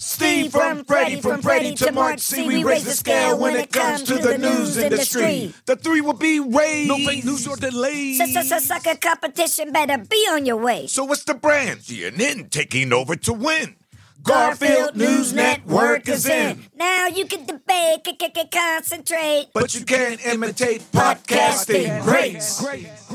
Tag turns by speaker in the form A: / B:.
A: Free from Freddy, from Freddy to Mark C. We raise the scale when it comes to the news industry.
B: The three will be raised.
C: No fake news or delays.
A: Sucker competition better be on your way.
B: So what's the brand? CNN taking over to win.
A: Garfield News Network is in. Now you can debate, c- c- c- concentrate.
B: But you can't imitate podcasting greats.
C: Great.